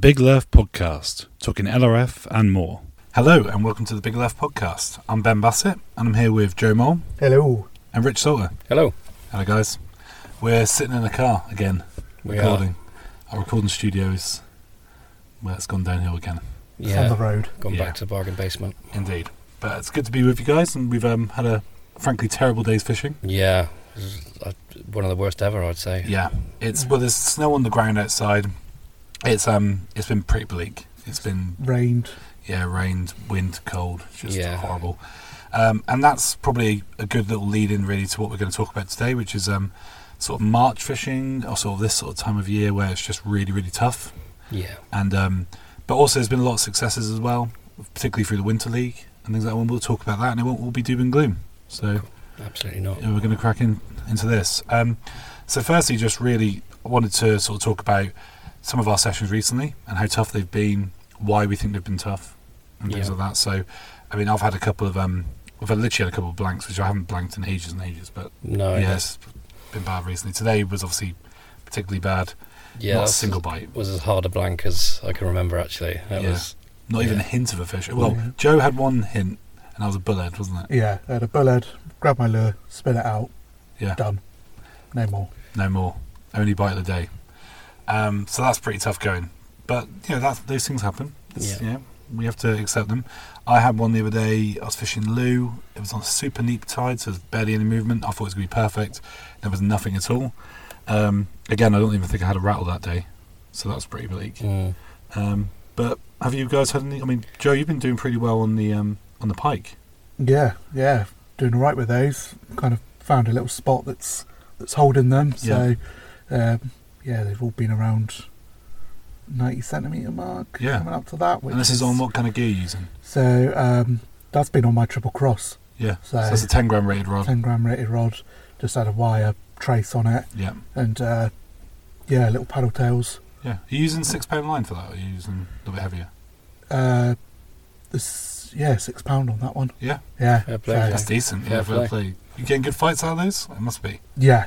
Big Left Podcast, talking LRF and more. Hello and welcome to the Big Left Podcast. I'm Ben Bassett and I'm here with Joe Mole Hello. and Rich Salter. Hello. Hello guys. We're sitting in a car again, We are. recording. Our recording studio is well, it's gone downhill again. On the Yeah. road. Gone Yeah. back to the bargain basement. Indeed. But it's good to be with you guys and we've um, had a frankly terrible day's fishing. Yeah. This is, uh, One of the worst ever, I'd say. Yeah. It's well there's snow on the ground outside. It's um it's been pretty bleak. It's been Rained. yeah, rained, wind, cold, it's just Yeah. horrible. Um, and that's probably a good little lead in really to what we're going to talk about today, which is um, sort of March fishing, or sort of this sort of time of year where it's just really, really tough. Yeah. And um, but also there's been a lot of successes as well, particularly through the winter league and things like that. And we'll talk about that, and it won't all be doom and gloom. So Absolutely not. yeah, we're going to crack in into this. Um, so firstly, just really wanted to sort of talk about some of our sessions recently and how tough they've been, why we think they've been tough, and things Yeah. like that. So, I mean, I've had a couple of um, I've had literally had a couple of blanks, which I haven't blanked in ages and ages. But No. yeah, it's been bad recently. Today was obviously particularly bad. Yeah. not a that's- single bite, was as hard a blank as I can remember, actually. That Yeah. was. not even Yeah. a hint of a fish. Well, Yeah. Joe had one hint, and that was a bullhead, wasn't it? Yeah, I had a bullhead, grabbed my lure, spin it out, Yeah. done. No more. no more. Only bite of the day. Um, so that's pretty tough going. But you know, that those things happen. It's- yeah, we have to accept them. I had one the other day. I was fishing Lou. It was on a super neap tide, so there's barely any movement. I thought it was going to be perfect. There was nothing at all. Um, again, I don't even think I had a rattle that day, so that's pretty bleak. Mm. Um, but have you guys had any? I mean, Joe, you've been doing pretty well on the um, on the pike. Yeah, yeah. Doing all right with those. Kind of found a little spot that's that's holding them. So, um, yeah, they've all been around 90 centimetre mark. Yeah. Coming up to that. Which and this is on what kind of gear you're using? So, um, that's been on my triple cross. Yeah, so, So- that's a 10 gram rated rod. 10 gram rated rod. Just had a wire trace on it. Yeah, And, uh, yeah, little paddle tails. yeah. Are you using six pound line for that? Or are you using a little bit heavier? Uh, this, yeah, six pound on that one. Yeah. Yeah. Fair play, so- That's decent. Yeah, Fair fair play. You getting good fights out of those? It must be. yeah.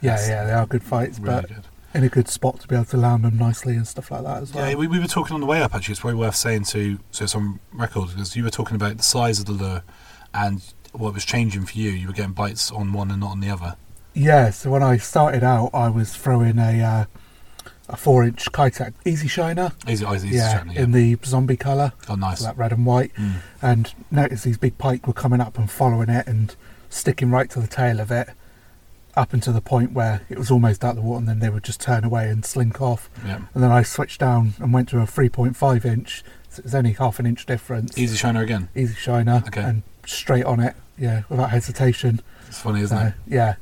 Yeah, That's yeah, they are good fights, really but good. in a good spot to be able to land them nicely and stuff like that as well. Yeah, we, we were talking on the way up. Actually, it's probably worth saying to so it's on record because you were talking about the size of the lure and what was changing for you. You were getting bites on one and not on the other. Yeah, so when I started out, I was throwing a uh, a four inch Kitek Easy Shiner, Easy, oh, easy, easy yeah, channel, in the zombie colour, Oh, nice. so that red and white, Mm. and noticed these big pike were coming up and following it and sticking right to the tail of it, up until the point where it was almost out the water, and then they would just turn away and slink off. Yeah. and then I switched down and went to a 3.5 inch. So it was only half an inch difference. Easy shiner again. Easy shiner Okay. and straight on it. Yeah, without hesitation. It's funny, isn't So, it? Yeah,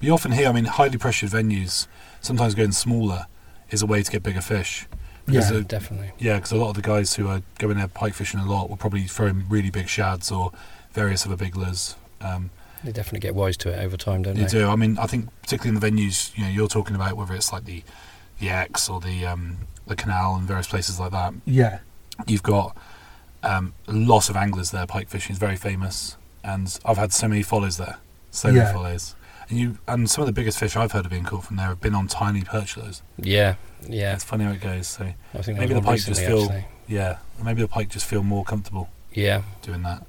You often hear, I mean, highly pressured venues. Sometimes going smaller is a way to get bigger fish. Because Yeah. uh, Definitely. Yeah, because a lot of the guys who are going there pike fishing a lot will probably throw in really big shads or various other big lures. Um, They definitely get wise to it over time, don't they they? do. I mean, I think particularly in the venues, you know, you're talking about whether it's like the the X or the um, the canal and various places like that. yeah, You've got um, lots of anglers there. Pike fishing is very famous, and I've had so many follows there, so many Yeah. follows. And you and some of the biggest fish I've heard of being caught from there have been on tiny perch lures. Yeah. Yeah. It's funny how it goes. So I think that Maybe was the one pike just recently, feel- actually. yeah, maybe the pike just feel more comfortable. Yeah. doing that.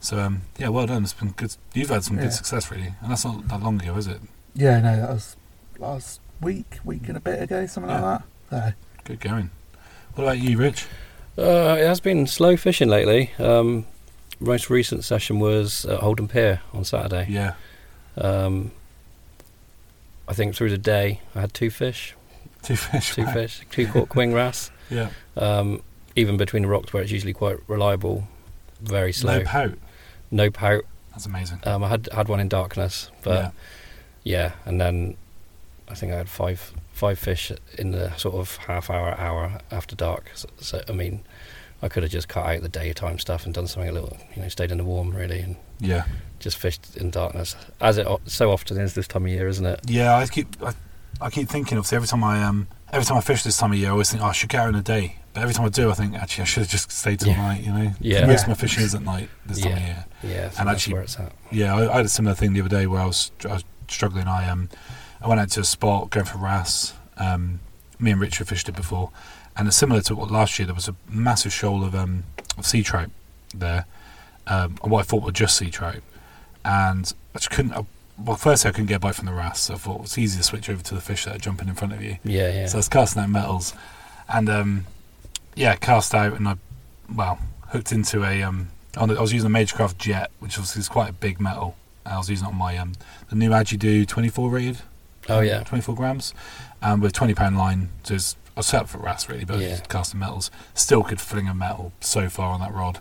So um, yeah, well done. It's been good. You've had some Yeah. good success really, and that's not that long ago, is it? yeah. No, that was last week, week and a bit ago, something like that. Good going. What about you, Rich? Uh, it has been slow fishing lately. Um, most recent session was at Holden Pier on Saturday. Yeah, Um, I think through the day I had two fish, two fish. two wow. fish, two caught quing wrasse. Yeah, um, even between the rocks where it's usually quite reliable, very slow. no pout. No pout. That's amazing. Um, I had had one in darkness, but yeah. and then I think I had five five fish in the sort of half hour hour after dark. So, so I mean, I could have just cut out the daytime stuff and done something a little, you know, stayed in the warm really and yeah, yeah, just fished in darkness, as it o- so often is this time of year, isn't it? yeah. I keep, I, I keep thinking. Obviously, every time I um, every time I fish this time of year, I always think oh, I should get out in a day. But every time I do, I think actually I should have just stayed till Yeah. night. You know, Yeah. Most Yeah. of my fishing is at night this time of Yeah. year. Yeah, so And that's actually- where it's at. Yeah, I, I had a similar thing the other day where I was, I was struggling. I um, I went out to a spot going for RAS. Um, me and Richard fished it before, and it's similar to what last year there was a massive shoal of um, of sea trout there, um, and what I thought were just sea trout, and I just couldn't. I, well, firstly, I couldn't get a bite from the wrasse. So I thought it's easy to switch over to the fish that are jumping in front of you. Yeah, yeah. So I was casting out metals, and um, yeah, cast out, and I well hooked into a um. On the, I was using a Magecraft jet, which obviously is quite a big metal. I was using it on my um the new Agidu 24 rated. Oh, yeah. 24 grams, um, with 20 pound line. So it's I was set up for RAS really, but Yeah. it's casting metals still could fling a metal so far on that rod,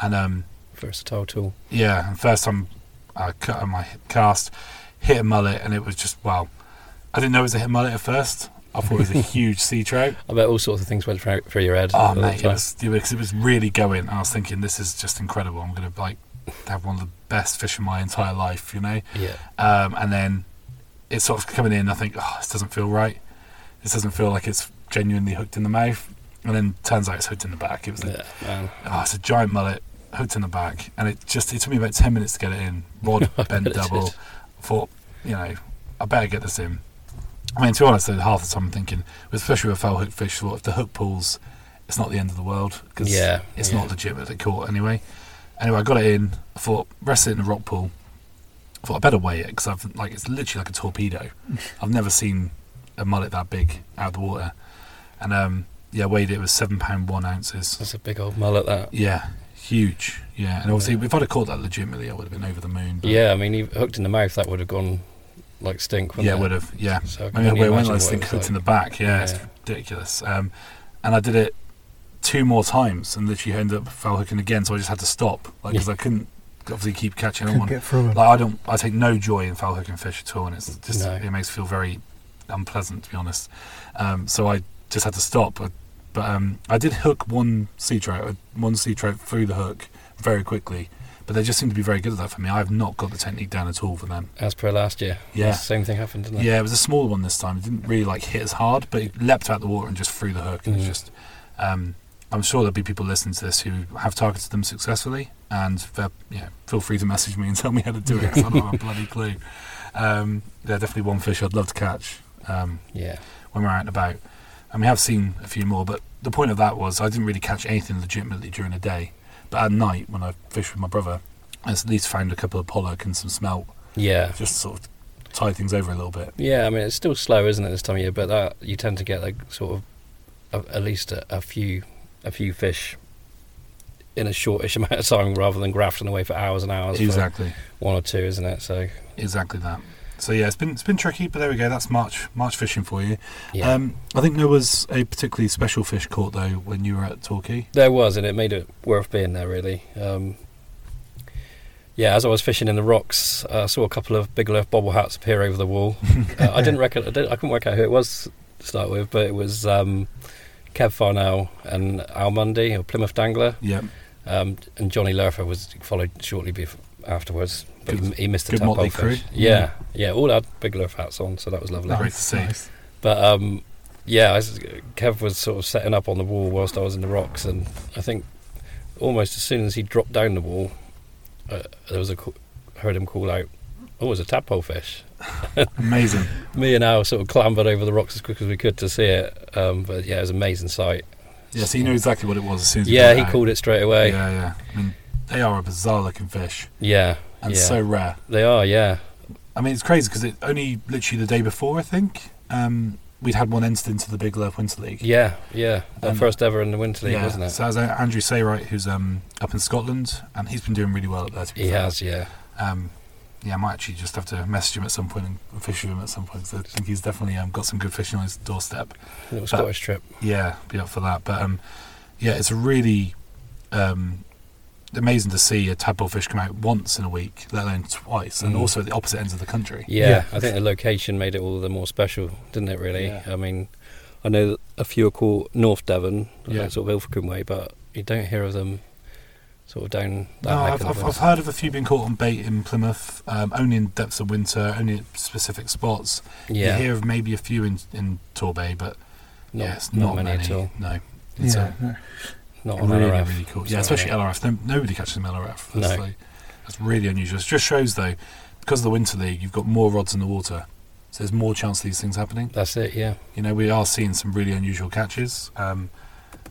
and um versatile tool. yeah, and first time I cut on my cast, hit a mullet, and it was just wow. I didn't know it was a hit mullet at first. I thought it was a huge sea trout. I bet all sorts of things went through through your head. Oh at the mate, it time. was, it, was, it was really going. And I was thinking, this is just incredible. I'm gonna like have one of the best fish in my entire life, you know. Yeah, Um, and then it's sort of coming in. I think, oh, this doesn't feel right. This doesn't feel like it's genuinely hooked in the mouth. And then turns out it's hooked in the back. It was like, yeah, man. oh, it's a giant mullet hooked in the back, and it just it took me about ten minutes to get it in. Rod bent bet it double. did. Thought, you know, I better get this in. I mean, to be honest, though, half the time I'm thinking, especially with a foul hook fish, well, if the hook pulls, it's not the end of the world because Yeah, it's yeah. not legitimately caught anyway. Anyway, I got it in. I thought, rest it in a rock pool. I thought I better weigh it because I've like it's literally like a torpedo. I've never seen a mullet that big out of the water, and um, yeah, weighed it, it was seven pound one ounces. That's a big old mullet. That. Yeah, huge. Yeah, and obviously, Yeah. if I'd have caught that legitimately, I would have been over the moon. but- Yeah, I mean, he hooked in the mouth. That would have gone like stink. yeah, wouldn't would have. Yeah, So I I can mean, only when imagine those what it things was hooked in the like. back, yeah, it's Yeah. ridiculous. Um, and I did it two more times, and literally ended up foul hooking again. So I just had to stop, like, because I couldn't obviously keep catching Couldn't on. get through 'em. Like I don't, I take no joy in foul hooking fish at all, and it's just No. it makes me feel very unpleasant to be honest. Um, so I just had to stop. I- But um, I did hook one sea trout, uh, one sea trout through the hook very quickly. But they just seem to be very good at that for me. I have not got the technique down at all for them. As per last year. Yeah. Same thing happened, didn't it? Yeah, it was a small one this time. It didn't really like hit as hard, but it leapt out the water and just threw the hook. And it's Mhm. just, um, I'm sure there'll be people listening to this who have targeted them successfully, and they're- yeah, feel free to message me and tell me how to do it. 'cause I don't have a bloody clue. Um, they're definitely one fish I'd love to catch um, Yeah. when we're out and about, and we have seen a few more. But the point of that was I didn't really catch anything legitimately during the day, but at night when I fished with my brother, I at least found a couple of pollock and some smelt, Yeah. just sort of tie things over a little bit. Yeah, I mean, it's still slow, isn't it, this time of year? But that you tend to get like sort of a, at least a, a few a few fish in a shortish amount of time rather than grafting away for hours and hours Exactly. for one or two, isn't it? So, Exactly that. So yeah, it's been it's been tricky, but there we go. That's March March fishing for you. yeah. Um, I think there was a particularly special fish caught though when you were at Torquay. There was, and it made it worth being there, really. Um, yeah, as I was fishing in the rocks, I saw a couple of big left bobble hats appear over the wall. uh, I didn't reckon, I, didn't, I couldn't work out who it was to start with, but it was um, Kev Farnell and Al Mundy, or Plymouth Dangler. Yep. Um, and Johnny Lurfer was followed shortly bef- afterwards, but Good- he missed the good top motley hole fish. crew. Yeah, yeah, all had big Lurfer hats on, so that was lovely. Great to see. Nice. But um, yeah, I s Kev was sort of setting up on the wall whilst I was in the rocks, and I think almost as soon as he dropped down the wall, uh, there was a c- heard him call out, "Oh, it was a tadpole fish." Amazing. Me and Al sort of clambered over the rocks as quick as we could to see it. Um, but yeah, it was an amazing sight. Yeah. So you knew exactly what it was as soon as you Yeah, got he out. called it straight away. Yeah, Yeah, yeah. I mean, they are a bizarre looking fish and yeah. so rare. they are. Yeah, I mean, it's crazy because it only literally the day before I think um, we'd had one entered into the Big Love Winter League. Yeah, yeah. The Um, first ever in the Winter League, wasn't it? So that's uh, Andrew Saywright, who's um, up in Scotland, and he's been doing really well up there. To be he fair. has, yeah. Um, yeah, I might actually just have to message him at some point and fish with him at some point. 'cause I think he's definitely um, got some good fishing on his doorstep. Little Scottish trip. Yeah, be up for that. But um, yeah, it's really um, amazing to see a tadpole fish come out once in a week, let alone twice, and Mm. also at the opposite ends of the country. Yeah, Yeah. I think the location made it all the more special, didn't it? Really. Yeah. I mean, I know that a few are called North Devon, Yeah. like sort of Ilfracombe way, but you don't hear of them sort of down that. No, I've, neck of the I've, I've woods. heard of a few being caught on bait in Plymouth, um, only in depths of winter, only at specific spots. yeah, You hear of maybe a few in, in Torbay, but not, yeah, it's not not, many, at all. No. It's um, Yeah. no. Not on really, LRF. really cool. It's Yeah, not especially on LRF. No, nobody catches them LRF. That's, No. like, that's really unusual. It just shows, though, because of the Winter League, you've got more rods in the water. So there's more chance of these things happening. That's it. Yeah. You know, we are seeing some really unusual catches. Um,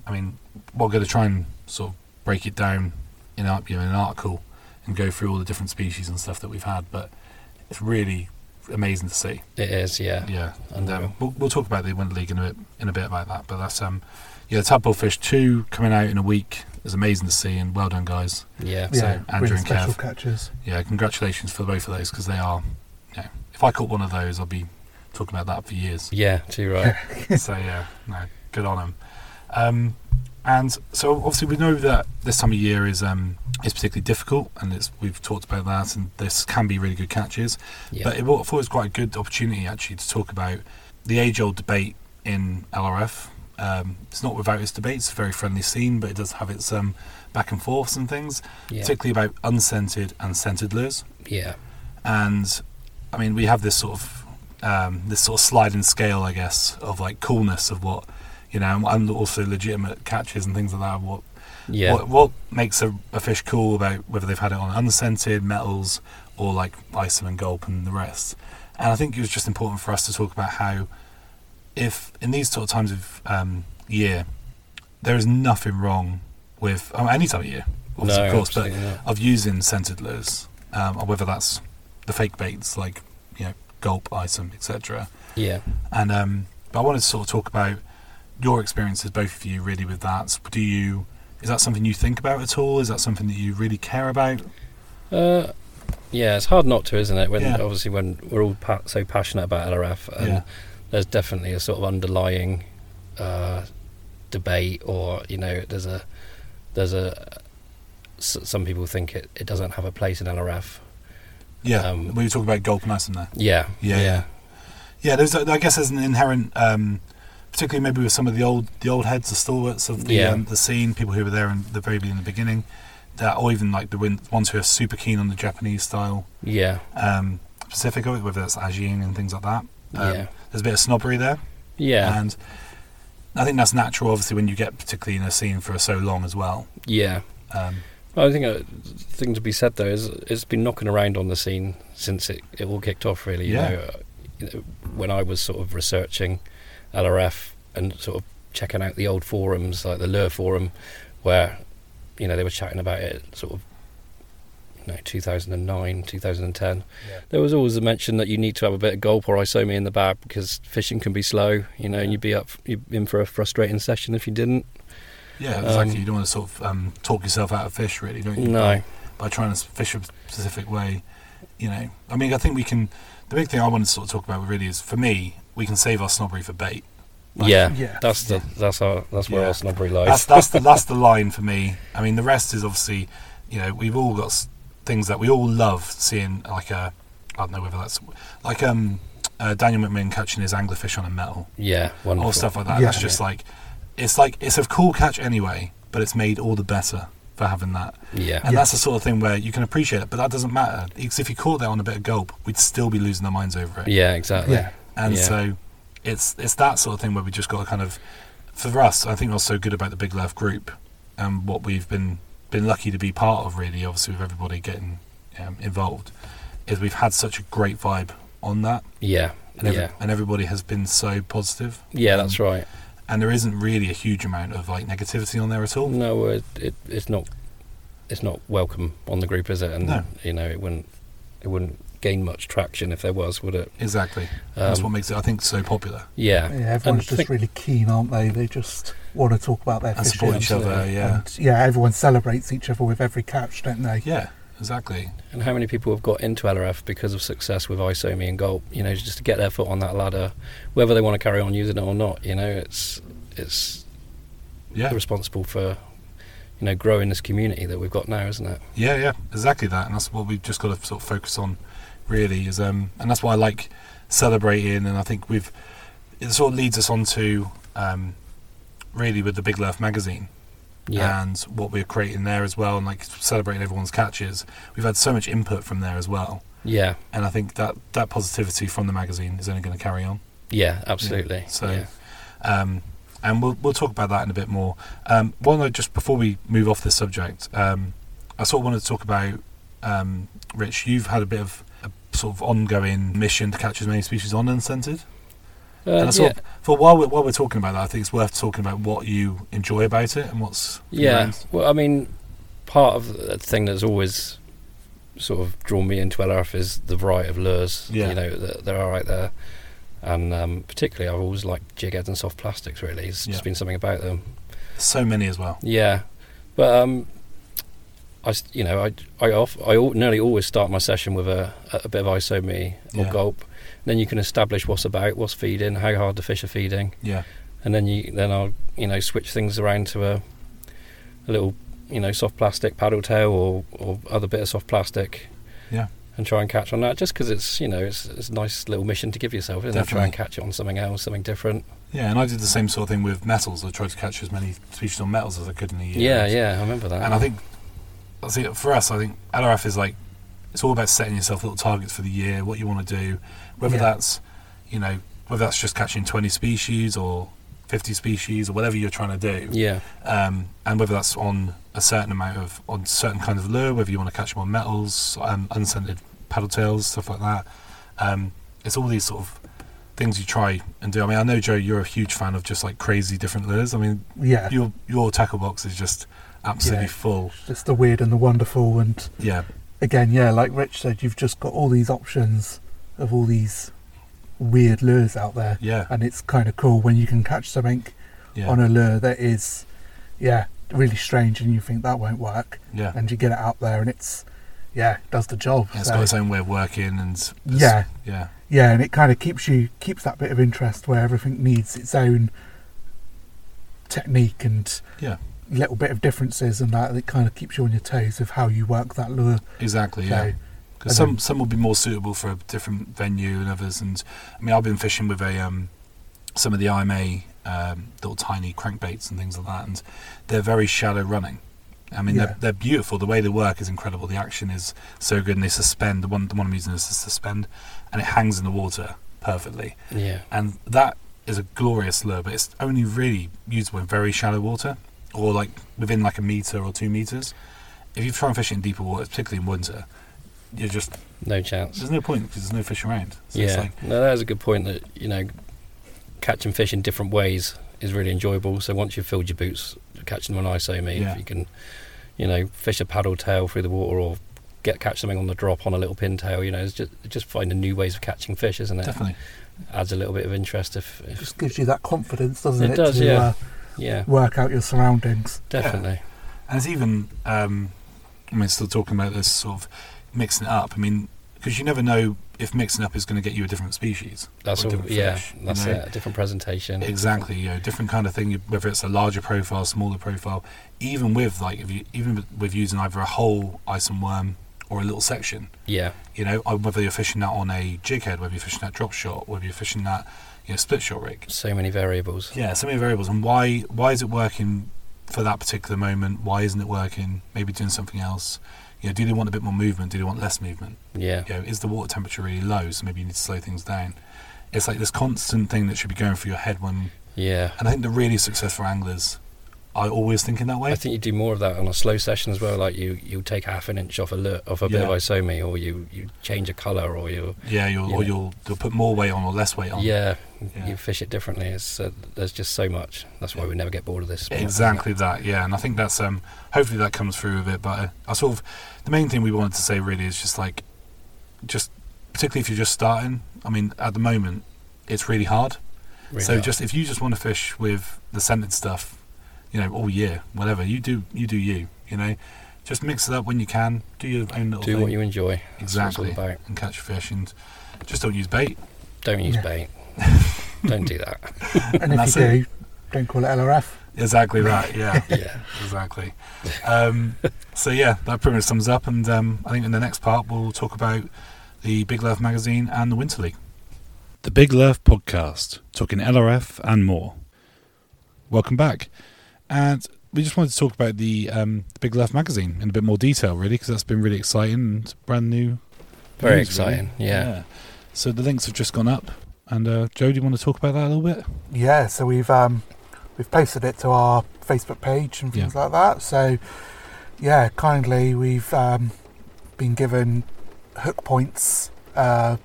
I mean, we're going to try and sort of break it down in our, you know, in an article and go through all the different species and stuff that we've had, but it's really amazing to see. It is. Yeah. Yeah, and um, we'll, we'll talk about the Winter League in a bit in a bit about that. But that's um, yeah, the tadpole fish two coming out in a week is amazing to see, and well done guys. Yeah. So, yeah, Andrew really and special Kev. catches. Yeah, congratulations for both of those because they are. You know, if I caught one of those, I'd be talking about that for years. Yeah. Too right. so yeah, no, good on them. Um, and so obviously we know that this time of year is um, is particularly difficult, and it's we've talked about that, and this can be really good catches. yeah. But it, wa- I thought it was quite a good opportunity actually to talk about the age-old debate in LRF. Um, it's not without its debates; it's a very friendly scene, but it does have its um, back and forths and things, yeah. particularly about unscented and scented lures yeah. and I mean we have this sort of um, this sort of sliding scale, I guess, of like coolness of what you know, and- and also legitimate catches and things like that. What Yeah. what, what makes a, a fish cool about whether they've had it on unscented metals or like isom and gulp and the rest. And I think it was just important for us to talk about how, if in these sort of times of um, year, there is nothing wrong with I mean, any time of year, obviously, no. of course, but absolutely not. of using scented lures, um, or whether that's the fake baits like you know gulp, isom, etc. Yeah. And um, but I wanted to sort of talk about your experiences, both of you, really, with that. Do you is that something you think about at all? Is that something that you really care about? Uh, yeah, it's hard not to, isn't it? When Yeah. obviously when we're all pa- so passionate about LRF, and Yeah. there's definitely a sort of underlying uh, debate, or you know, there's a there's a s- some people think it, it doesn't have a place in LRF. Yeah, Um, we were talking about gulp and isom there. Yeah, Yeah, yeah. Yeah, there's a, I guess there's an inherent, um, particularly maybe with some of the old the old heads, the stalwarts of the Yeah. um, the scene, people who were there in the very in the beginning, that or even like the win- ones who are super keen on the Japanese style yeah, um, Pacific of it, whether that's Ajian and things like that. Um, yeah, There's a bit of snobbery there, yeah, and I think that's natural. Obviously, when you get particularly in a scene for so long as well. yeah. Um, I think a thing to be said though is it's been knocking around on the scene since it, it all kicked off. Really, you Yeah. know, uh, you know, when I was sort of researching LRF and sort of checking out the old forums, like the Lure forum, where you know they were chatting about it, sort of you know 2009, 2010. Yeah. There was always a mention that you need to have a bit of gulp or isomi in the bag because fishing can be slow, you know, and you'd be up you'd be in for a frustrating session if you didn't. yeah, exactly. Um, you don't want to sort of um, talk yourself out of fish, really, don't you? No, by trying to fish a specific way. You know, I mean, I think we can. The big thing I want to sort of talk about really is, for me, we can save our snobbery for bait. Like, yeah, Yeah. that's the that's our that's where Yeah. our snobbery lies. That's that's the that's the line for me. I mean, the rest is obviously, you know, we've all got s- things that we all love seeing, like a, I don't know whether that's like um, uh, Daniel McMinn catching his anglerfish on a metal Yeah, wonderful. or stuff like that. Yeah. That's just like, it's like it's a cool catch anyway, but it's made all the better for having that. Yeah, And that's the sort of thing where you can appreciate it, but that doesn't matter. Because if you caught that on a bit of gulp, we'd still be losing our minds over it. yeah, exactly. Yeah. and yeah. so it's it's that sort of thing where we just got to kind of, for us, I think what's so good about the Big Love group and what we've been been lucky to be part of, really, obviously with everybody getting um, involved, is we've had such a great vibe on that, Yeah, and, um, every, yeah, and everybody has been so positive, yeah. That's right. and there isn't really a huge amount of like negativity on there at all. No, it, it, it's not. It's not welcome on the group, is it? And No. you know, it wouldn't. It wouldn't gain much traction if there was, would it? Exactly, that's what Um, makes it, I think, so popular. yeah, Yeah, everyone's just think- really keen, aren't they? They just want to talk about their And fishing. support each other, absolutely. Um, yeah. And yeah, everyone celebrates each other with every catch, don't they? Yeah, exactly. And how many people have got into LRF because of success with ISOMI and Gulp? You know, just to get their foot on that ladder, whether they want to carry on using it or not. You know, it's it's Yeah, responsible for you know growing this community that we've got now, isn't it? Yeah, yeah, exactly that, and that's what we've just got to sort of focus on, really. Is um, and that's why I like celebrating, and I think we've it sort of leads us on to um, really with the Big Lurf magazine Yeah, and what we're creating there as well, and like celebrating everyone's catches. We've had so much input from there as well, yeah, and I think that that positivity from the magazine is only going to carry on. yeah. Absolutely. So, yeah. um, and we'll we'll talk about that in a bit more. Um, one note just before we move off this subject, um, I sort of wanted to talk about um, Rich. You've had a bit of a sort of ongoing mission to catch as many species on unscented? Uh, and I sort of, for while we're, while we're talking about that, I think it's worth talking about what you enjoy about it and what's Yeah. Well, I mean, part of the thing that's always sort of drawn me into LRF is the variety of lures. Yeah. You know, that there are out there. And um, particularly, I've always liked jig heads and soft plastics, really. It's Yeah. just been something about them. so many as well. Yeah. But, um, I, s- you know, I, I, off, I al- nearly always start my session with a, a bit of iso me or Yeah. gulp. Then you can establish what's about, what's feeding, how hard the fish are feeding. Yeah, and then you then I'll you know switch things around to a, a little you know soft plastic paddle tail or or other bit of soft plastic. Yeah. And try and catch on that just because it's you know it's, it's a nice little mission to give yourself. Isn't it? Try and catch it on something else, something different. yeah. And I did the same sort of thing with metals. I tried to catch as many species on metals as I could in a year. Yeah, yeah, I remember that. And I think that's it for us. I think LRF is like it's all about setting yourself little targets for the year, what you want to do, whether Yeah. that's you know whether that's just catching twenty species or fifty species or whatever you're trying to do, yeah, um, and whether that's on a certain amount of on certain kind of lure, whether you want to catch more metals, um, unscented paddle tails, stuff like that. Um, it's all these sort of things you try and do. I mean, I know Joe, you're a huge fan of just like crazy different lures. I mean, Yeah, your your tackle box is just absolutely Yeah. full. just the weird and the wonderful, and Yeah, again, yeah, like Rich said, you've just got all these options of all these weird lures out there, yeah, and it's kind of cool when you can catch something yeah, on a lure that is, yeah, really strange, and you think that won't work, yeah. and you get it out there, and it's, yeah, it does the job. Yeah, it's so- got its own way of working, and it's- yeah, yeah, yeah, and it kind of keeps you keeps that bit of interest where everything needs its own technique and Yeah. little bit of differences and that. and It kind of keeps you on your toes of how you work that lure. exactly, So, yeah. Because and some then- some will be more suitable for a different venue and others. And I mean, I've been fishing with a um, some of the IMA um, little tiny crankbaits and things like that, and they're very shallow running. I mean, Yeah. they're, they're beautiful. The way they work is incredible. The action is so good, and they suspend. The one the one I'm using is a suspend, and it hangs in the water perfectly. yeah, and that is a glorious lure, but it's only really usable in very shallow water or like within like a meter or two meters. If you try and fish it in deeper water, particularly in winter, you're just no chance. there's no point because there's no fish around. So it's yeah, like, no, that is a good point. That you know, catching fish in different ways is really enjoyable. So once you've filled your boots, catching them on ISO me, Yeah. if you can, you know, fish a paddle tail through the water or get catch something on the drop on a little pintail. You know, it's just just finding new ways of catching fish, isn't it? definitely, Adds a little bit of interest if, it if just gives you that confidence, doesn't It it? does, to, yeah. uh, yeah, work out your surroundings. definitely. and it's even um, I mean, still talking about this sort of mixing it up. I mean, because you never know if mixing up is going to get you a different species. That's or a all. different Yeah, fish, you that's know? it. A different presentation. Exactly, you know, different kind of thing. you- Whether it's a larger profile, smaller profile, even with like if you even with- with using either a whole isom worm or a little section, Yeah, you know, or whether you're fishing that on a jig head, whether you're fishing that drop shot, whether you're fishing that you know split shot rig. so many variables. Yeah, so many variables, and why why is it working for that particular moment? Why isn't it working? Maybe doing something else. You know, do they want a bit more movement? Do they want less movement? Yeah, you know, is the water temperature really low? So maybe you need to slow things down. It's like this constant thing that should be going through your head when yeah. and I think the really successful anglers are always thinking that way. I think you do more of that on a slow session as well. Like you, you take half an inch off a lo- off a bit of Yeah. isomi, or you, you change a color, or you yeah, you'll, or Yeah. you'll, you'll put more weight on or less weight on. yeah, Yeah. you fish it differently. It's uh, there's just so much. That's why we never get bored of this. sport, isn't it? Exactly that, yeah, and I think that's um hopefully that comes through with it. But uh, I sort of the main thing we wanted to say really is just like, just particularly if you're just starting. I mean, at the moment, it's really hard. Really so hard. just if you just want to fish with the scented stuff, you know, all year, whatever you do, you do you, you know, just mix it up when you can. Do your own little do thing what you enjoy. That's what it's all exactly, about. and catch fish, and just don't use bait. Don't use Yeah. bait. Don't do that. And if that's you it. do, don't call it LRF. Exactly that. Yeah, Yeah. exactly. Um, so yeah, that pretty much sums up. And um, I think in the next part we'll talk about the Big Love magazine and the Winter League. The Big Lurf Podcast, talking LRF and more. Welcome back, and we just wanted to talk about the, um, the Big Love magazine in a bit more detail, really, because that's been really exciting and brand new. Very news, really. exciting. Yeah. So the links have just gone up, and uh, Joe, do you want to talk about that a little bit? yeah so we've um we've posted it to our facebook page and things like that so yeah kindly we've um been given hook points uh,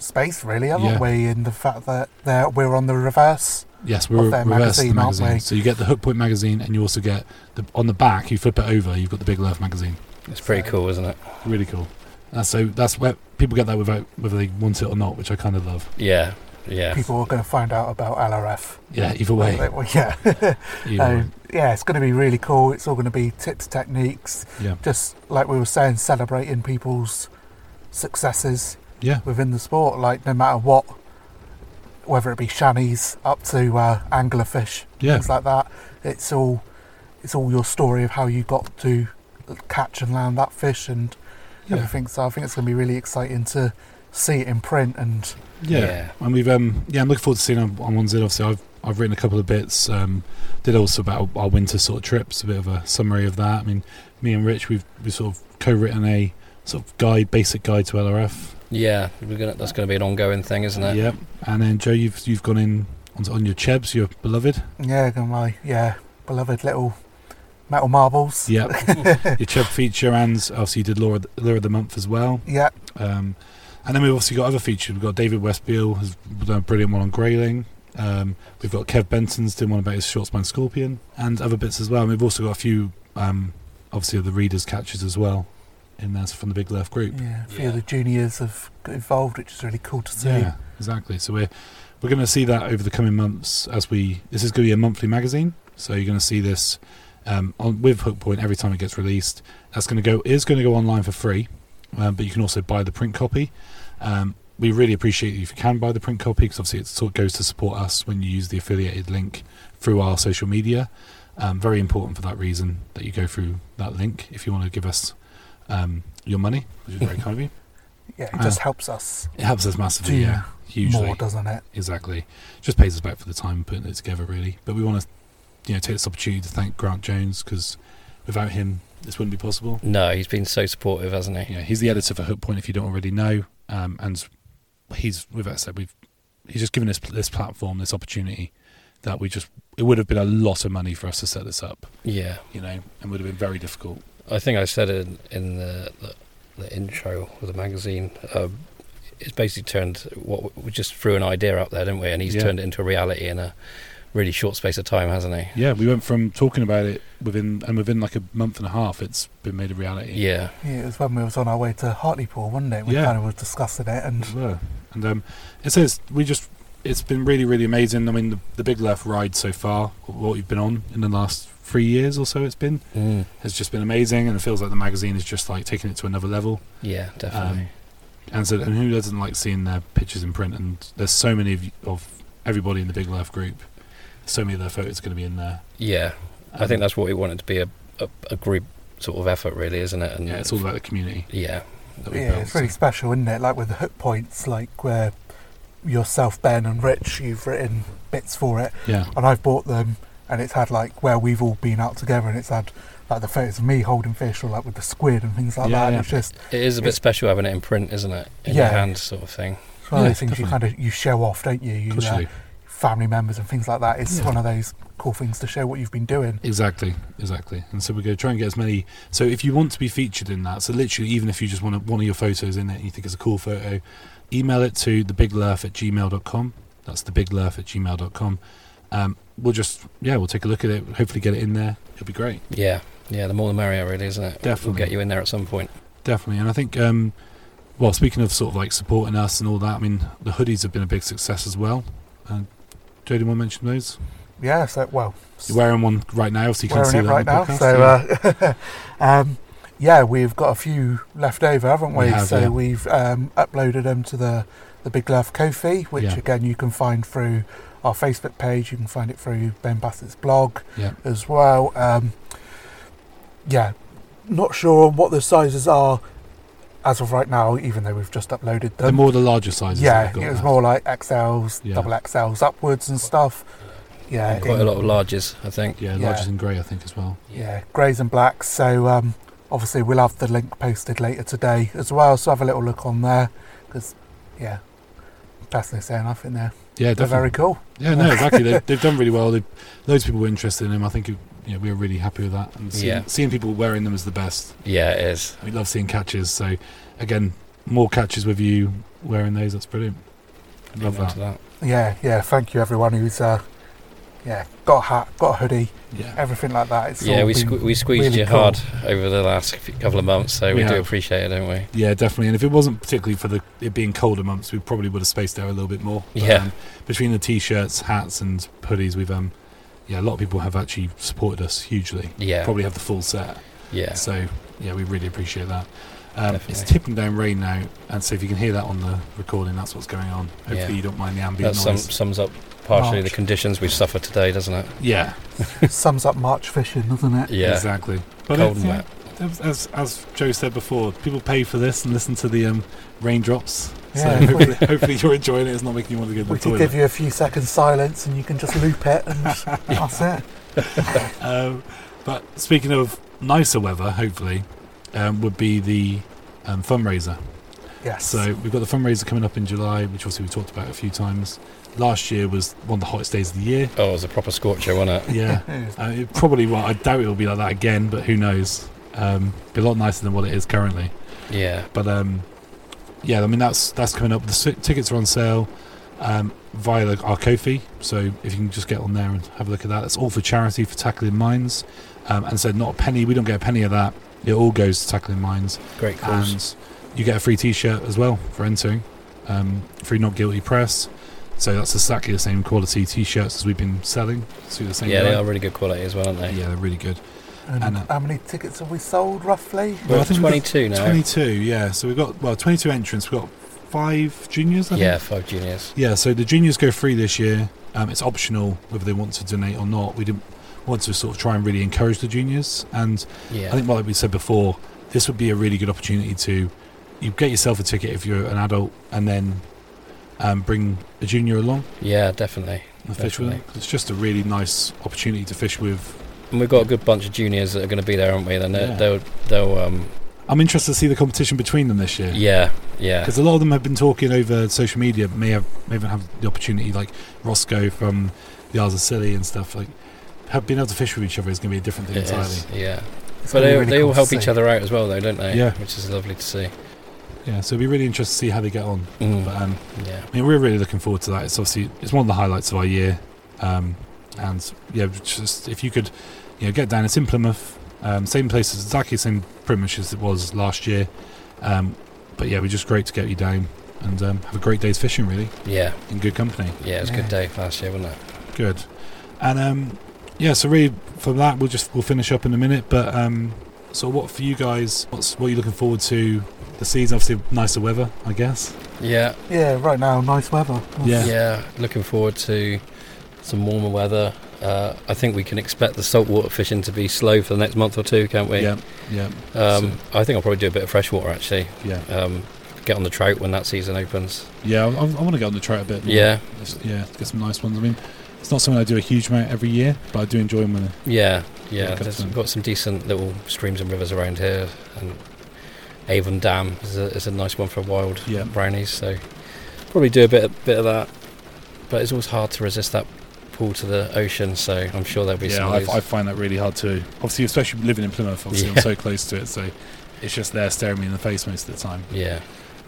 space, really, haven't Yeah. we? In the fact that they're- we're on the reverse. Yes, we're Of their reverse magazine, magazine, aren't we? So you get the Hook Point magazine, and you also get the on the back. You flip it over, you've got the Big Love magazine. It's pretty So- cool, isn't it? Really cool. Uh, so that's where people get that without whether they want it or not, which I kind of love. Yeah, yeah. People are going to find out about LRF. Yeah, either way. Well, yeah. Either way. Um, yeah, it's going to be really cool. It's all going to be tips, techniques, Yeah. just like we were saying, celebrating people's successes Yeah. within the sport, like no matter what, whether it be shanties up to uh, anglerfish, Yeah. things like that. It's all it's all your story of how you got to catch and land that fish and Yeah. everything. So I think it's going to be really exciting to see it in print and Yeah. And we've um yeah, I'm looking forward to seeing on, on one's it. Obviously, I've I've written a couple of bits. Um, did also about our winter sort of trips, a bit of a summary of that. I mean, me and Rich, we've we sort of co-written a sort of guide, basic guide to LRF. Yeah, we're gonna, that's going to be an ongoing thing, isn't it? Yep. And then Joe, you've you've gone in on, on your Chebs, your beloved. yeah, and my yeah beloved little metal marbles. Yep. your Cheb feature, and obviously you did Laura Lure of the Month as well. Yeah, Um, and then we've obviously got other features. We've got David Westbeal has done a brilliant one on grayling. Um, we've got Kev Benson's doing one about his short spine scorpion and other bits as well. And we've also got a few, um, obviously, of the readers' catches as well in there from the Big Left group. yeah. A few Yeah. of the juniors have got involved, which is really cool to see. Yeah, exactly. So we're we're going to see that over the coming months as we. This is going to be a monthly magazine, so you're going to see this um, on with Hook Point every time it gets released. That's going to go is going to go online for free, um, but you can also buy the print copy. Um, we really appreciate it if you can buy the print copy because obviously it sort of goes to support us when you use the affiliated link through our social media. Um, very important for that reason that you go through that link if you want to give us um, your money, which is very kind of you. Yeah, Uh, it just helps us It helps us massively, Do yeah, hugely. more, doesn't it? Exactly. Just pays us back for the time putting it together, really. But we want to, you know, take this opportunity to thank Grant Jones because without him, this wouldn't be possible. No, he's been so supportive, hasn't he? Yeah, he's the editor for Hook Point, if you don't already know. Um, and he's, with that said, we've he's just given us this platform, this opportunity that we just it would have been a lot of money for us to set this up, Yeah. you know, and would have been very difficult. I think I said in, in the, the the intro of the magazine. Um, it's basically turned what we just threw an idea up there, didn't we? And he's Yeah. turned it into a reality in a really short space of time, hasn't he? Yeah, we went from talking about it within and within like a month and a half, it's been made a reality. Yeah, Yeah, it was when we was on our way to Hartlepool, wasn't it? We Yeah. kind of were discussing it, and as well. And um, it says we just it's been really really amazing. I mean the, the big left ride so far, what you've been on in the last three years or so, it's been mm. has just been amazing, and it feels like the magazine is just like taking it to another level. yeah, Um, definitely. And so, and who doesn't like seeing their pictures in print? And there's so many of, you- of everybody in the big left group. So many of their photos going to be in there. yeah, I um, think that's what we wanted to be a, a, a group sort of effort, really, isn't it? And yeah, it's all about the community. yeah, That we yeah, built, it's really so- special, isn't it? Like with the hook points, like where yourself, Ben, and Rich, you've written bits for it, yeah, and I've bought them, and it's had like where we've all been out together, and it's had like the photos of me holding fish, or like with the squid and things like Yeah, that. And yeah. it's just it is a bit It's- special having it in print, isn't it? In Yeah. your hand, sort of thing. it's one Yeah, of those things you definitely. kind of you show off, don't you? You, of course you uh, do. family members and things like that. It's Yeah. one of those cool things to show what you've been doing. Exactly, exactly. And so we're going to try and get as many. So if you want to be featured in that, so literally, even if you just want to, one of your photos in it and you think it's a cool photo, email it to thebiglurf at gmail.com. That's thebiglurf at gmail.com. Um, we'll just, yeah, we'll take a look at it, hopefully get it in there. It'll be great. Yeah, yeah. The more the merrier, really, isn't it? Definitely. We'll get you in there at some point. Definitely. And I think, um, well, speaking of sort of like supporting us and all that, I mean, the hoodies have been a big success as well. Uh, And Jodie, want to mention those? Yeah, so well, You're wearing one right now, so you can wearing see it that right now. on the podcast. so, yeah. uh, um, yeah, we've got a few left over, haven't we? We have, so yeah. we've um, uploaded them to the the Big Love Kofi, which Yeah. again you can find through our Facebook page. You can find it through Ben Bassett's blog Yeah. as well. Um, yeah, not sure on what the sizes are as of right now, even though we've just uploaded They're them. more the larger sizes. that yeah, we've got it was now. more like XLs, Yeah. double XLs upwards and stuff. Yeah, Quite in- a lot of larges, I think. Yeah, Yeah. largest in grey, I think, as well. yeah, greys and blacks. So um, obviously we'll have the link posted later today as well. So have a little look on there because yeah, personally saying I think they're, Yeah, they're definitely. very cool. Yeah, no, exactly. they've, they've done really well. They've, loads of people were interested in them. I think it, you know, we were really happy with that. And seeing, Yeah. seeing people wearing them is the best. Yeah, it is. We love seeing catches. So, again, more catches with you wearing those. That's brilliant. Love Amen that. to that. Yeah, yeah. Thank you, everyone who's uh, yeah got a hat, got a hoodie, Yeah. everything like that. It's Yeah, all we, been sque- we squeezed really you cool. hard over the last few- couple of months, so we We do have. appreciate it, don't we? Yeah, definitely. And if it wasn't particularly for the it being colder months, we probably would have spaced out a little bit more. Yeah. um, between the t-shirts, hats, and hoodies, we've um, yeah, a lot of people have actually supported us hugely. Yeah, Probably have the full set. yeah, So yeah, we really appreciate that. Um, it's Definitely. tipping down rain now, and so if you can hear that on the recording, that's what's going on. Hopefully, Yeah. you don't mind the ambient that sum, noise. sums up partially March. the conditions we've suffered today, doesn't it? Yeah, sums up March fishing, doesn't it? Yeah, exactly. But cold it- and yeah, wet. as- as as Joe said before, people pay for this and listen to the um, raindrops. Yeah, so if we- hopefully, hopefully you're enjoying it. It's not making you want to go to We the could toilet. give you a few seconds silence, and you can just loop it, and that's it. um, but speaking of nicer weather, hopefully, um, would be the um, fundraiser. Yes. So we've got the fundraiser coming up in July, which obviously we talked about a few times. Last year was one of the hottest days of the year. Oh, it was a proper scorcher, wasn't it? Yeah, uh, it probably will. I doubt it will be like that again, but who knows? Um, be a lot nicer than what it is currently. Yeah, But um, yeah, I mean that's that's coming up. The si- tickets are on sale um, via the, our Kofi, so if you can just get on there and have a look at that. That's all for charity for Tackling Mines, um, and so not a penny. We don't get a penny of that. It all goes to Tackling Mines, great cause. and you get a free T-shirt as well for entering um, through Not Guilty Press. So that's exactly the same quality T-shirts as we've been selling. So the same yeah, guy. they are really good quality as well, aren't they? Yeah, they're really good. And Anna. how many tickets have we sold roughly? We're Well, I at think we've got 22 now. 22, yeah. So we've got well, 22 entrants. We've got five juniors. I think. yeah, five juniors. Yeah, so the juniors go free this year. Um, it's optional whether they want to donate or not. We didn't want to sort of try and really encourage the juniors. And I Yeah, think, like we said before, this would be a really good opportunity to you get yourself a ticket if you're an adult, and then um, bring a junior along yeah, definitely. and fish with them. Definitely. It's just a really nice opportunity to fish with. And we've got a good bunch of juniors that are going to be there, aren't we? Then they'll, Yeah. they'll, they'll, um, I'm interested to see the competition between them this year. yeah, yeah, Because a lot of them have been talking over social media, but may have may even have the opportunity, like Roscoe from the Isles of Scilly and stuff, like have being able to fish with each other is going to be a different it thing is, entirely. yeah. It's But gonna be they, really they cool all to help see. each other out as well, though, don't they? Yeah. which is lovely to see. Yeah, so it'll be really interesting to see how they get on. Mm, But um, yeah, I mean, we're really looking forward to that. It's obviously it's one of the highlights of our year, um, and yeah, just if you could, you know, get down. It's in Plymouth, um, same place as exactly the same pretty much as it was last year. Um, but yeah, it'd be just great to get you down and um, have a great day's fishing, really, yeah, in good company. yeah. It was a Yeah. good day last year, wasn't it? Good. And um, yeah, so really from that we'll just we'll finish up in a minute. But um, so what for you guys? What's what are you looking forward to? The season, obviously, nicer weather, I guess. Yeah, Yeah, right now, nice weather. Yeah. yeah. Looking forward to some warmer weather. Uh, I think we can expect the saltwater fishing to be slow for the next month or two, can't we? Yeah, yeah, Um, I think I'll probably do a bit of freshwater actually. yeah, Um, get on the trout when that season opens. yeah. I, I want to get on the trout a bit. more. Yeah, Just- yeah, get some nice ones. I mean, it's not something I do a huge amount every year, but I do enjoy them. When I- yeah, Yeah, yeah. got There's some. we've got some decent little streams and rivers around here, and Avon Dam is a, is a nice one for wild yeah, brownies. So probably do a bit bit of that. But it's always hard to resist that pull to the ocean. So I'm sure there'll be yeah. some. I, of those. I find that really hard to obviously, especially living in Plymouth. Obviously, I'm Yeah. so close to it, so it's just there staring me in the face most of the time. yeah,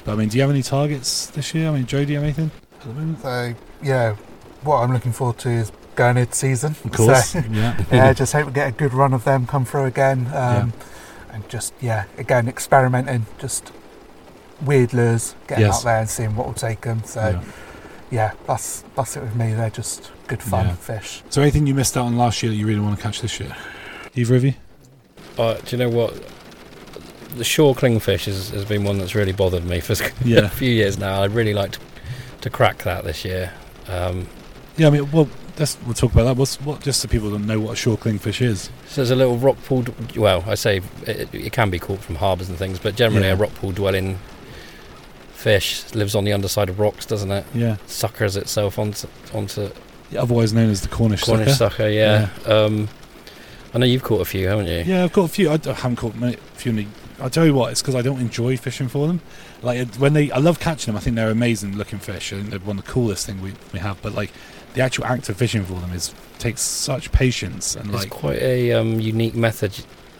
But I mean, do you have any targets this year? I mean, Joe, do you have anything at the moment? So, yeah, what I'm looking forward to is going into season. Of course, So, yeah, yeah, just hope we get a good run of them come through again. Um, And just, yeah, again, experimenting, just weird lures, getting Yes. out there and seeing what will take them. So, yeah, that's, that's it with me. They're just good fun Yeah. fish. So anything you missed out on last year that you really want to catch this year? Either of you? Uh, do you know what? The shore clingfish has, has been one that's really bothered me for a Yeah. few years now. I'd really like to, to crack that this year. Um, yeah, I mean, well, that's, we'll talk about that. What's, what, just so people don't know what a shore clingfish is. so there's a little rock pool. d- Well, I say it, it can be caught from harbours and things, but generally Yeah. a rock pool dwelling fish lives on the underside of rocks, doesn't it? Yeah. Suckers itself onto onto Otherwise known as the Cornish, Cornish sucker. sucker. Yeah. Um, I know you've caught a few, haven't you? Yeah, I've caught a few. I, d- I haven't caught many, few. Any, I tell you what, it's because I don't enjoy fishing for them. Like it- when they, I love catching them. I think they're amazing looking fish. I think they're one of the coolest thing we, we have. But like the actual act of fishing for them is takes such patience and It's like quite a um, unique method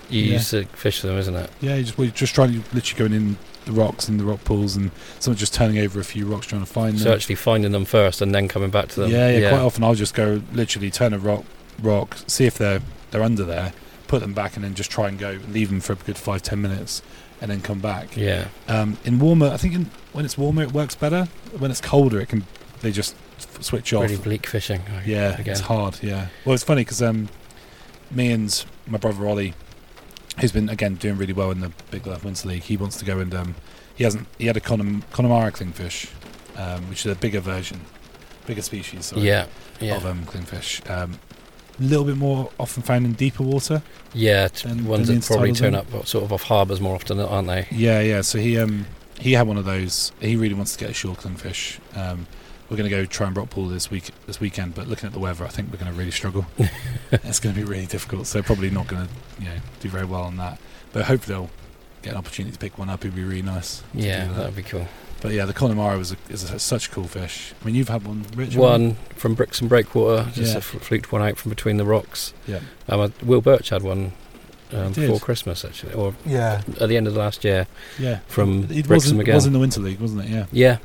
you use to fish them, isn't it? Yeah, you just, we're just trying, literally going in the rocks and the rock pools and someone just turning over a few rocks trying to find So them. actually finding them first and then coming back to them. Yeah, yeah, Quite often I'll just go literally turn a rock, rock, see if they're they're under there, put them back, and then just try and go leave them for a good five ten minutes, and then come back. Yeah. Um, in warmer, I think in, when it's warmer it works better. When it's colder, it can they just f- switch off. Pretty bleak fishing. I- Yeah, again. it's hard. Yeah. Well, it's funny because um, me and my brother Ollie, who's been again doing really well in the Big Love Winter League, he wants to go and um, he hasn't. He had a Connem- Connemara clingfish, um, which is a bigger version, bigger species. Sorry, Yeah. Yeah. Of um, clingfish. Um, a little bit more often found in deeper water. yeah. t- Then- ones then that probably Instadles turn in. up uh, sort of off harbours more often, aren't they? Yeah, yeah. So he um he had one of those. He really wants to get a shore clingfish. Um, we're going to go try and rock pool this week this weekend, but looking at the weather, I think we're going to really struggle. it's going to be really difficult. So probably not going to you know do very well on that. But hopefully they'll get an opportunity to pick one up. It'd be really nice. to Yeah, do that. that'd be cool. But yeah, the Connemara was a, is a, such a cool fish. I mean, you've had one, Richard. One from Bricks and Breakwater, just Yeah. a fl- fluked one out from between the rocks. Yeah. Um, I- Will Birch had one um, He did. before Christmas, actually, or Yeah. at the end of last year Yeah. from It was, Brixham in, it again. was in the Winter League, wasn't it? Yeah. yeah.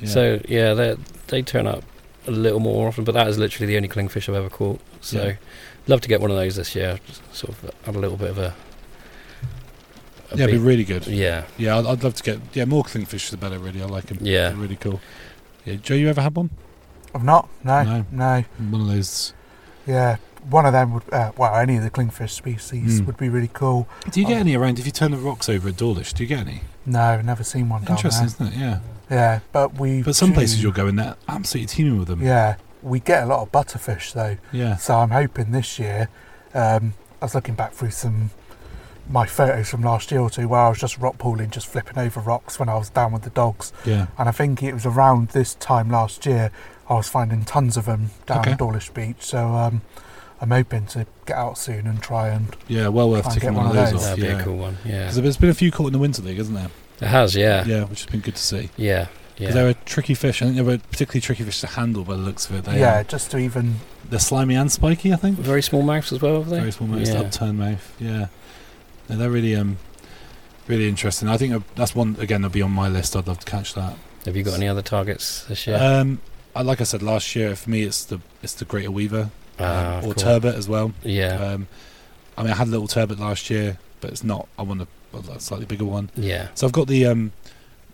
yeah. So yeah, they they turn up a little more often, but that is literally the only clingfish I've ever caught. So Yeah. love to get one of those this year. Just sort of have a little bit of a, a yeah, it'd be big- really good. yeah, Yeah, I'd, I'd love to get yeah more clingfish the better. Really, I like them. Yeah. They're really cool. Yeah, Joe, you ever had one? I've not. No. No. No. One of those. Yeah. One of them would, uh, well, any of the clingfish species Mm. would be really cool. Do you get Oh. any around? If you turn the rocks over at Dawlish, do you get any? No, never seen one down Interesting, there. isn't it? Yeah. Yeah, but we. But some places do- you'll go in there absolutely teeming with them. Yeah, we get a lot of butterfish though. Yeah. So I'm hoping this year, um, I was looking back through some my photos from last year or two where I was just rock pooling, just flipping over rocks when I was down with the dogs. Yeah. And I think it was around this time last year I was finding tons of them down Okay. at Dawlish Beach. So um, I'm hoping to get out soon and try and Yeah. Well worth Try and ticking get one, one of of those those. off. that'd be Yeah. a cool one. Yeah, 'Cause there's been a few caught in the winter league, isn't there? it has. Yeah, yeah, Yeah, which has been good to see. yeah. 'Cause they're a tricky fish. I think they're a particularly tricky fish to handle by the looks of it. They, yeah, um, just to even they're slimy and spiky. I think. Very small mouths as well, have they? Very small mouth, Yeah. upturned mouth. Yeah. No, they're really um, really interesting. I think uh, that's one again. That'll be on my list. I'd love to catch that. Have you got any other targets this year? Um, I, like I said last year, for me, it's the it's the greater weaver Ah, um, of or course. turbot as well. Yeah, Um, I mean, I had a little turbot last year, but it's not. I want a, a slightly bigger one. yeah, So I've got the um,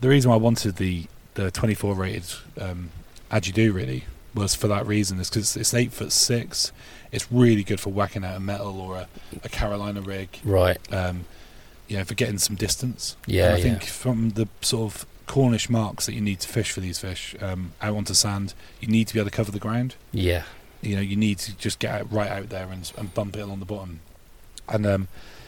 the reason why I wanted the the 24 rated um, Ajidu really was for that reason. Is because it's eight foot six. It's really good for whacking out a metal or a, a Carolina rig. right. Um, you know, for getting some distance. Yeah, And I yeah. think from the sort of Cornish marks that you need to fish for these fish um, out onto sand, you need to be able to cover the ground Yeah, you know you need to just get out, right out there and, and bump it along the bottom and um,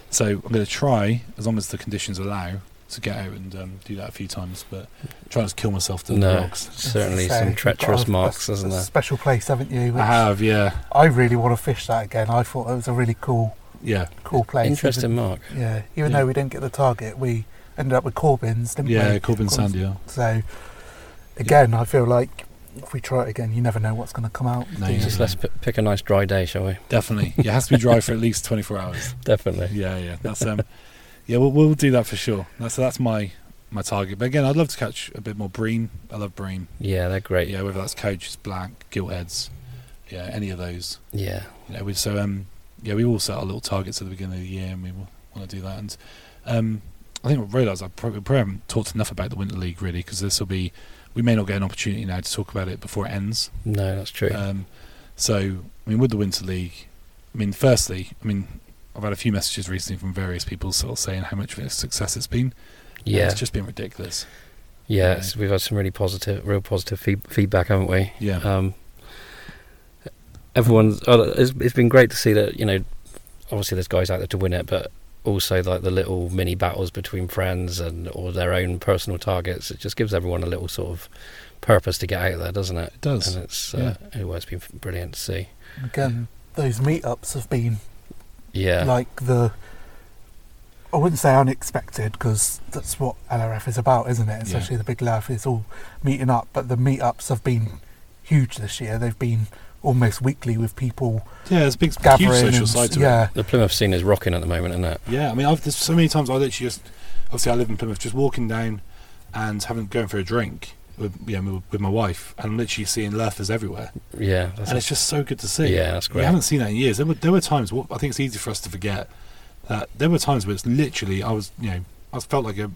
so i'm going to try as long as the conditions allow to get out and um, do that a few times but try not to kill myself to the no, rocks certainly say, some you've got treacherous a- a- marks, a isn't there? Special place, haven't you? i Which have yeah I really want to fish that again. I thought that was a really cool, yeah cool place. Interesting mark. Yeah, even Yeah. though we didn't get the target, we ended up with Corbin's, didn't yeah we? corbin sandy yeah. So, again, I feel like if we try it again, you never know what's going to come out. No, do you you? Just let's p- pick a nice dry day, shall we? definitely it has to be dry for at least 24 hours Definitely. yeah yeah that's um yeah we'll, we'll do that for sure that's that's my my target but again i'd love to catch a bit more breen i love breen Yeah, they're great. yeah whether that's coaches black gilt heads yeah any of those yeah. you know, we, so um, yeah, we all set our little targets at the beginning of the year, and we want to do that. And um, I think I realised I probably, probably haven't talked enough about the Winter League really, because this will be we may not get an opportunity now to talk about it before it ends. No, that's true. Um, so I mean, with the Winter League, I mean, firstly, I mean, I've had a few messages recently from various people sort of saying how much of a success it's been. and yeah, it's just been ridiculous. yeah. it's- we've had some really positive, real positive feed- feedback, haven't we? Yeah, Um, everyone's. oh, It's, it's been great to see that. You know, obviously there's guys out there to win it, but also like the little mini battles between friends and or their own personal targets. It just gives everyone a little sort of purpose to get out there, doesn't it? it does. And it's uh, well, it's been f- brilliant to see. Again, those meetups have been Yeah, like the. I wouldn't say unexpected because that's what LRF is about, isn't it? Especially the big laugh. It's all meeting up, but the meetups have been huge this year. They've been almost weekly with people Yeah, there's a big, huge gathering. social and- side to it. yeah, The Plymouth scene is rocking at the moment, isn't it? Yeah, I mean, I've, there's so many times I literally just, obviously, I live in Plymouth, just walking down and having going for a drink with you know, with my wife, and I'm literally seeing lurfers everywhere, Yeah, that's and it's just so good to see. yeah, that's we great. haven't seen that in years. There were there were times. What I think it's easy for us to forget that there were times where it's literally I was you know I felt like a,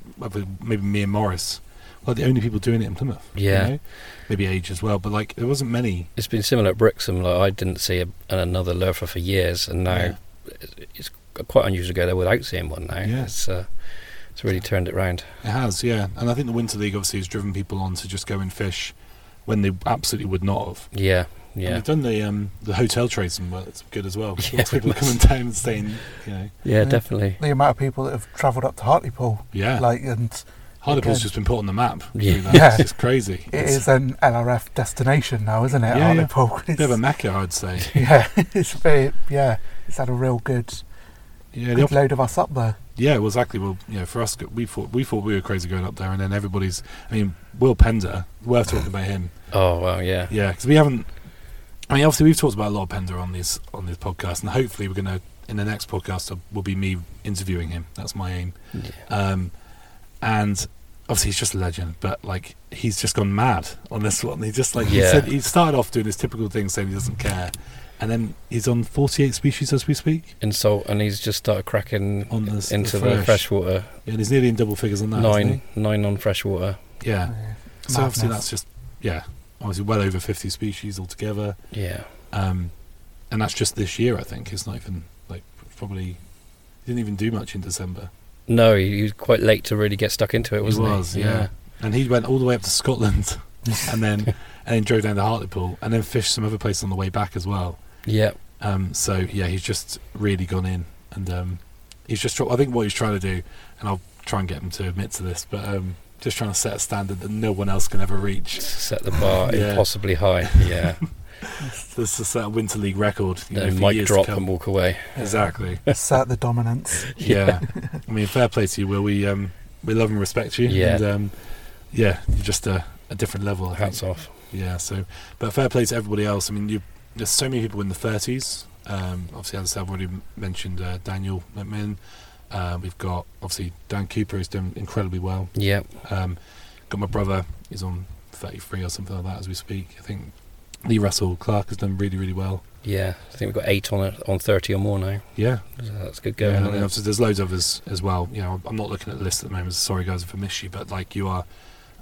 maybe me and Morris. were the only people doing it in Plymouth. you Yeah. know? Maybe age as well, but like there wasn't many. It's been similar at Brixham. Like I didn't see a, another lurfer for years, and now Yeah. it's- it's quite unusual to go there without seeing one. Now Yeah. it's uh, it's really turned it round. It has, yeah. And I think the Winter League obviously has driven people on to just go and fish when they absolutely would not have. Yeah, And yeah, we've done the um, the hotel trades and well, it's good as well. Yeah, Lots of people we coming must. down and staying, you know. yeah, Yeah. definitely. the amount of people that have travelled up to Hartlepool, Yeah. like, and Hartlepool's okay. just been put on the map. Yeah. through that. Yeah. It's just crazy. it it's is an LRF destination now, isn't it? Yeah, yeah. Hartlepool. a bit of a mecca, I'd say. yeah, it's very yeah. It's had a real good, Yeah, the good op- load of us up there. yeah, well, exactly. Well, you know, for us, we thought we thought we were crazy going up there, and then everybody's. I mean, Will Pender, worth talking about him. Oh wow, yeah, Yeah, because we haven't. I mean, obviously, we've talked about a lot of Pender on this on this podcast, and hopefully, we're gonna in the next podcast uh, will be me interviewing him. That's my aim. yeah. Um, and obviously he's just a legend, but like he's just gone mad on this one. He just like he Yeah. said he started off doing his typical thing, saying he doesn't care, and then he's on forty-eight species as we speak And so, and he's just started cracking on the, into the the freshwater Yeah, and he's nearly in double figures on that. isn't nine, nine on freshwater. he? Yeah. It's So obviously that's madness. just yeah, obviously well over fifty species altogether, Yeah, um, and that's just this year. I think it's not even like probably he didn't even do much in December. no, he, he was quite late to really get stuck into it, wasn't he? was, yeah. and he went all the way up to Scotland, and then and then drove down to Hartlepool, and then fished some other places on the way back as well. yeah, Um, so yeah, he's just really gone in, and um, he's just. tr- I think what he's trying to do, and I'll try and get him to admit to this, but um, just trying to set a standard that no one else can ever reach. set the bar Yeah. impossibly high. Yeah, This is a winter league record. You know, then for mic years to drop come. and walk away. Exactly. Assert the dominance. Yeah. I mean, fair play to you, Will. We um, we love and respect you. Yeah. And, um, yeah, you're just a, a different level. I think. Hats off. Yeah, so but fair play to everybody else. I mean, you there's so many people in the 30s. Um, obviously, as I said, I've already m- mentioned uh, Daniel McMinn. Uh, we've got obviously Dan Cooper who's done incredibly well. Yeah, Um, got my brother, he's on 33 or something like that as we speak. I think Lee Russell Clark has done really, really well. yeah. I think we've got eight on on thirty or more now. Yeah, So that's good yeah. going. and isn't it? obviously there's loads of us as well. You know, I'm not looking at the list at the moment. Sorry guys if I miss you, but like you are,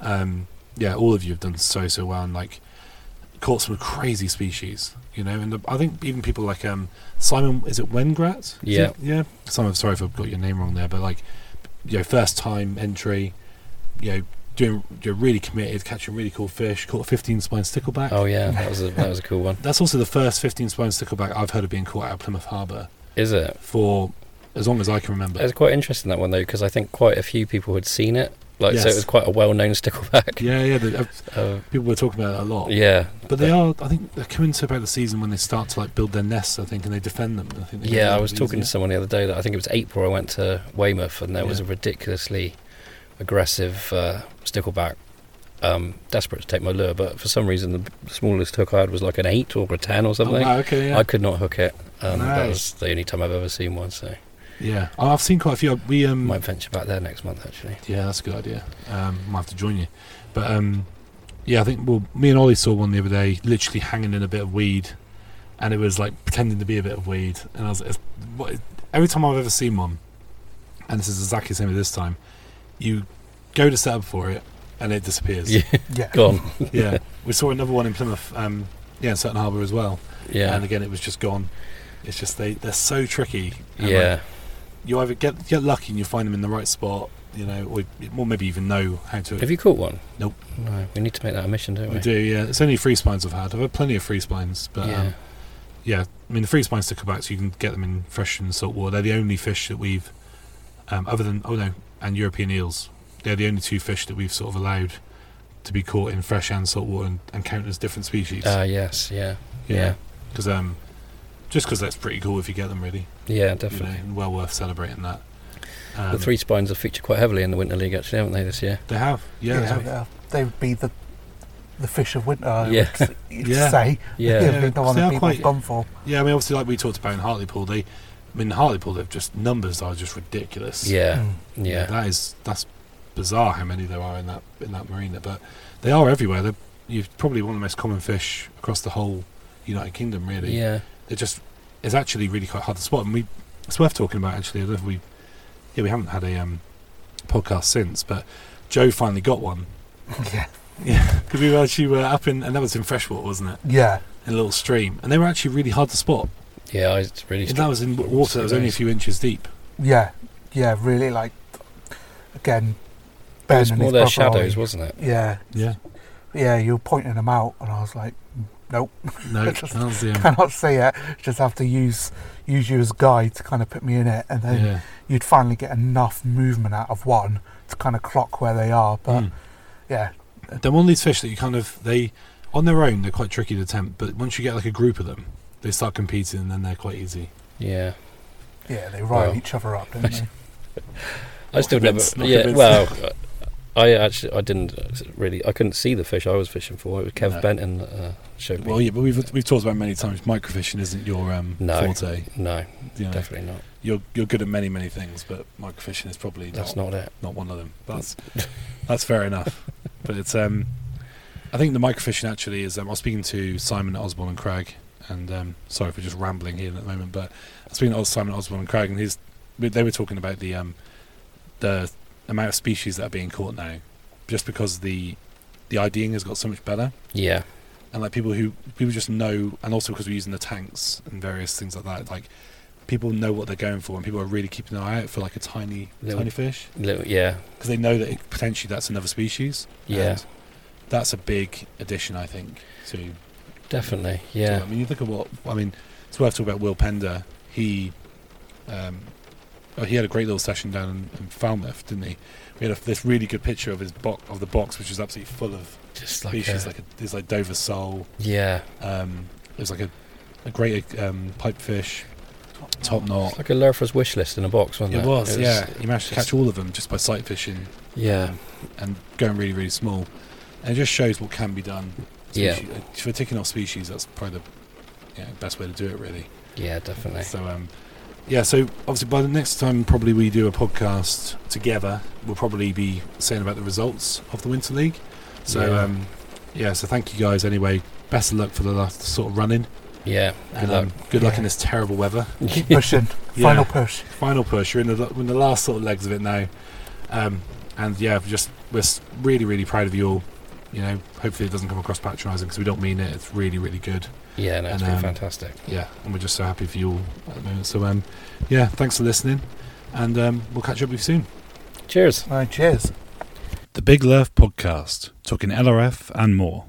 um, yeah, all of you have done so so well and like caught some crazy species. You know, and I think even people like um, Simon, is it Wengrat? Is Yeah. it- yeah. Simon, sorry if I've got your name wrong there, but like, you know, first time entry, you know, doing you're really committed, catching really cool fish. Caught a 15 spine stickleback. Oh yeah, that was a, that was a cool one. That's also the first 15 spine stickleback I've heard of being caught out of Plymouth Harbour Is it? for as long as I can remember. It's quite interesting that one though, because I think quite a few people had seen it. Like so, Yes. it was quite a well-known stickleback. Yeah, yeah. The, uh, Uh, people were talking about it a lot. yeah, But they are. I think they're coming to about the season when they start to like build their nests. I think, and they defend them. I think. they get a yeah. I little was bit talking to easier. someone the other day that I think it was April. I went to Weymouth, and there was a Yeah. ridiculously aggressive uh, stickleback. Um, desperate to take my lure, but for some reason the smallest hook I had was like an eight or a ten or something. Oh, wow, okay. Yeah. I could not hook it. Um, That Nice. was the only time I've ever seen one. So yeah. Oh, I've seen quite a few. We um. might venture back there next month actually. Yeah, that's a good idea. Um, might have to join you. But um, yeah, I think well, me and Ollie saw one the other day, literally hanging in a bit of weed, and it was like pretending to be a bit of weed. And I was it's, what, every time I've ever seen one, and this is exactly the same as this time, you go to set up for it, and it disappears. Yeah, Yeah. gone. yeah, we saw another one in Plymouth. Um, yeah, in Sutton Harbour as well. Yeah, And again, it was just gone. It's just they they're so tricky. And, like, yeah. you either get get lucky and you find them in the right spot, you know, or, or maybe even know how to. Have you caught one? Nope. No, we need to make that a mission, don't we? I do, yeah. It's only free spines I've had. I've had plenty of free spines, but yeah. yeah. Um, yeah, I mean the free spines to Quebec, so you can get them in fresh and salt water. They're the only fish that we've, um, other than oh no, and European eels. They're the only two fish that we've sort of allowed to be caught in fresh and salt water and, and counted as different species. Ah, yes, yeah, yeah, because um, just because that's pretty cool if you get them really, yeah, you know, definitely. and well worth celebrating that. Um, the three spines are featured quite heavily in the Winter League, actually, haven't they, this year? they have, yeah, Yeah, they have. yeah, they would be the the fish of winter. I Yeah. would s- you'd Yeah. say. Yeah. If you Yeah, know what they the are people's quite- gone for. Yeah, I mean, obviously, like we talked about in Hartlepool, they, I mean, Hartlepool, they've just numbers are just ridiculous. yeah, Mm. yeah, that is that's bizarre how many there are in that in that marina, but they are everywhere. They're you've probably one of the most common fish across the whole United Kingdom, really. yeah, It just it's actually really quite hard to spot, and we it's worth talking about actually. I don't know if we yeah we haven't had a um, podcast since, but Joe finally got one Mm. Yeah. because we were actually were up in and that was in freshwater, wasn't it? Yeah. In a little stream, and they were actually really hard to spot. yeah. I- It's really And that was in w- water that was only a few inches deep. Yeah. Yeah. Really like, again, it Ben was and more his their brother shadows, Ollie. wasn't it? Yeah. Yeah, Yeah. You were pointing them out, and I was like, no, I that just was the um, cannot see it. Just have to use use you as a guide to kind of put me in it, and then yeah. you'd finally get enough movement out of one to kind of clock where they are. But Mm. yeah, They're one of these fish that you kind of they on their own they're quite tricky to tempt, but once you get like a group of them, they start competing and then they're quite easy. Yeah. yeah, they rile Well. each other up, don't they? I still convinced, never. not Yeah, convinced. well, I actually I didn't really. I couldn't see the fish I was fishing for. It was Kev No. Benton that uh, showed me. Well, yeah, but we've we've talked about many times. Microfishing isn't your um, No. forte. No, You know, definitely not. you're you're good at many many things, but microfishing is probably That's not, not it. not one of them. That's that's fair enough. But it's um, I think the microfishing actually is. Um, I was speaking to Simon Osborne and Craig, and um, sorry for just rambling here at the moment, but I was speaking to Simon Osborne and Craig, and his they were talking about the um, the amount of species that are being caught now, just because the the IDing has got so much better, Yeah, and like people who people just know, and also because we're using the tanks and various things like that, like. People know what they're going for, and people are really keeping an eye out for like a tiny, Little- tiny fish little, yeah, because they know that it, potentially that's another species. Yeah. and that's a big addition, I think. To to definitely. it. I Yeah, mean, you look at what I mean. It's worth talking about Will Pender. He, um, oh, he had a great little session down in, in Falmouth, didn't he? We had a, this really good picture of his box of the box, which was absolutely full of just like, species. a- Like, a, there's like Dover sole. yeah, Um, there's like a, a great um, pipefish, top knot. it's like a lurfer's wish list in a box, wasn't it? It was, yeah. He managed to just- catch all of them just by sight fishing. yeah, and going really, really small. And it just shows what can be done. Yeah. Speci- uh, For ticking off species, that's probably the yeah, best way to do it, really. yeah, definitely. So, um, yeah, so obviously by the next time probably we do a podcast together, we'll probably be saying about the results of the Winter League. So, Yeah. um, yeah, so thank you guys anyway. Best of luck for the last sort of running. Yeah, and, good um, luck. good luck Yeah. in this terrible weather. Keep pushing, Yeah. final push. Final push. You're in the, in the last sort of legs of it now, um, and yeah, we're just we're s- really really proud of you all. You know, hopefully it doesn't come across patronising because we don't mean it. It's really really good. Yeah, no, it's and, been um, fantastic. Yeah, and we're just so happy for you all at the moment. So um, yeah, thanks for listening, and um, we'll catch up with you soon. Cheers. Right, cheers. The Big Lurf Podcast, talking LRF and more.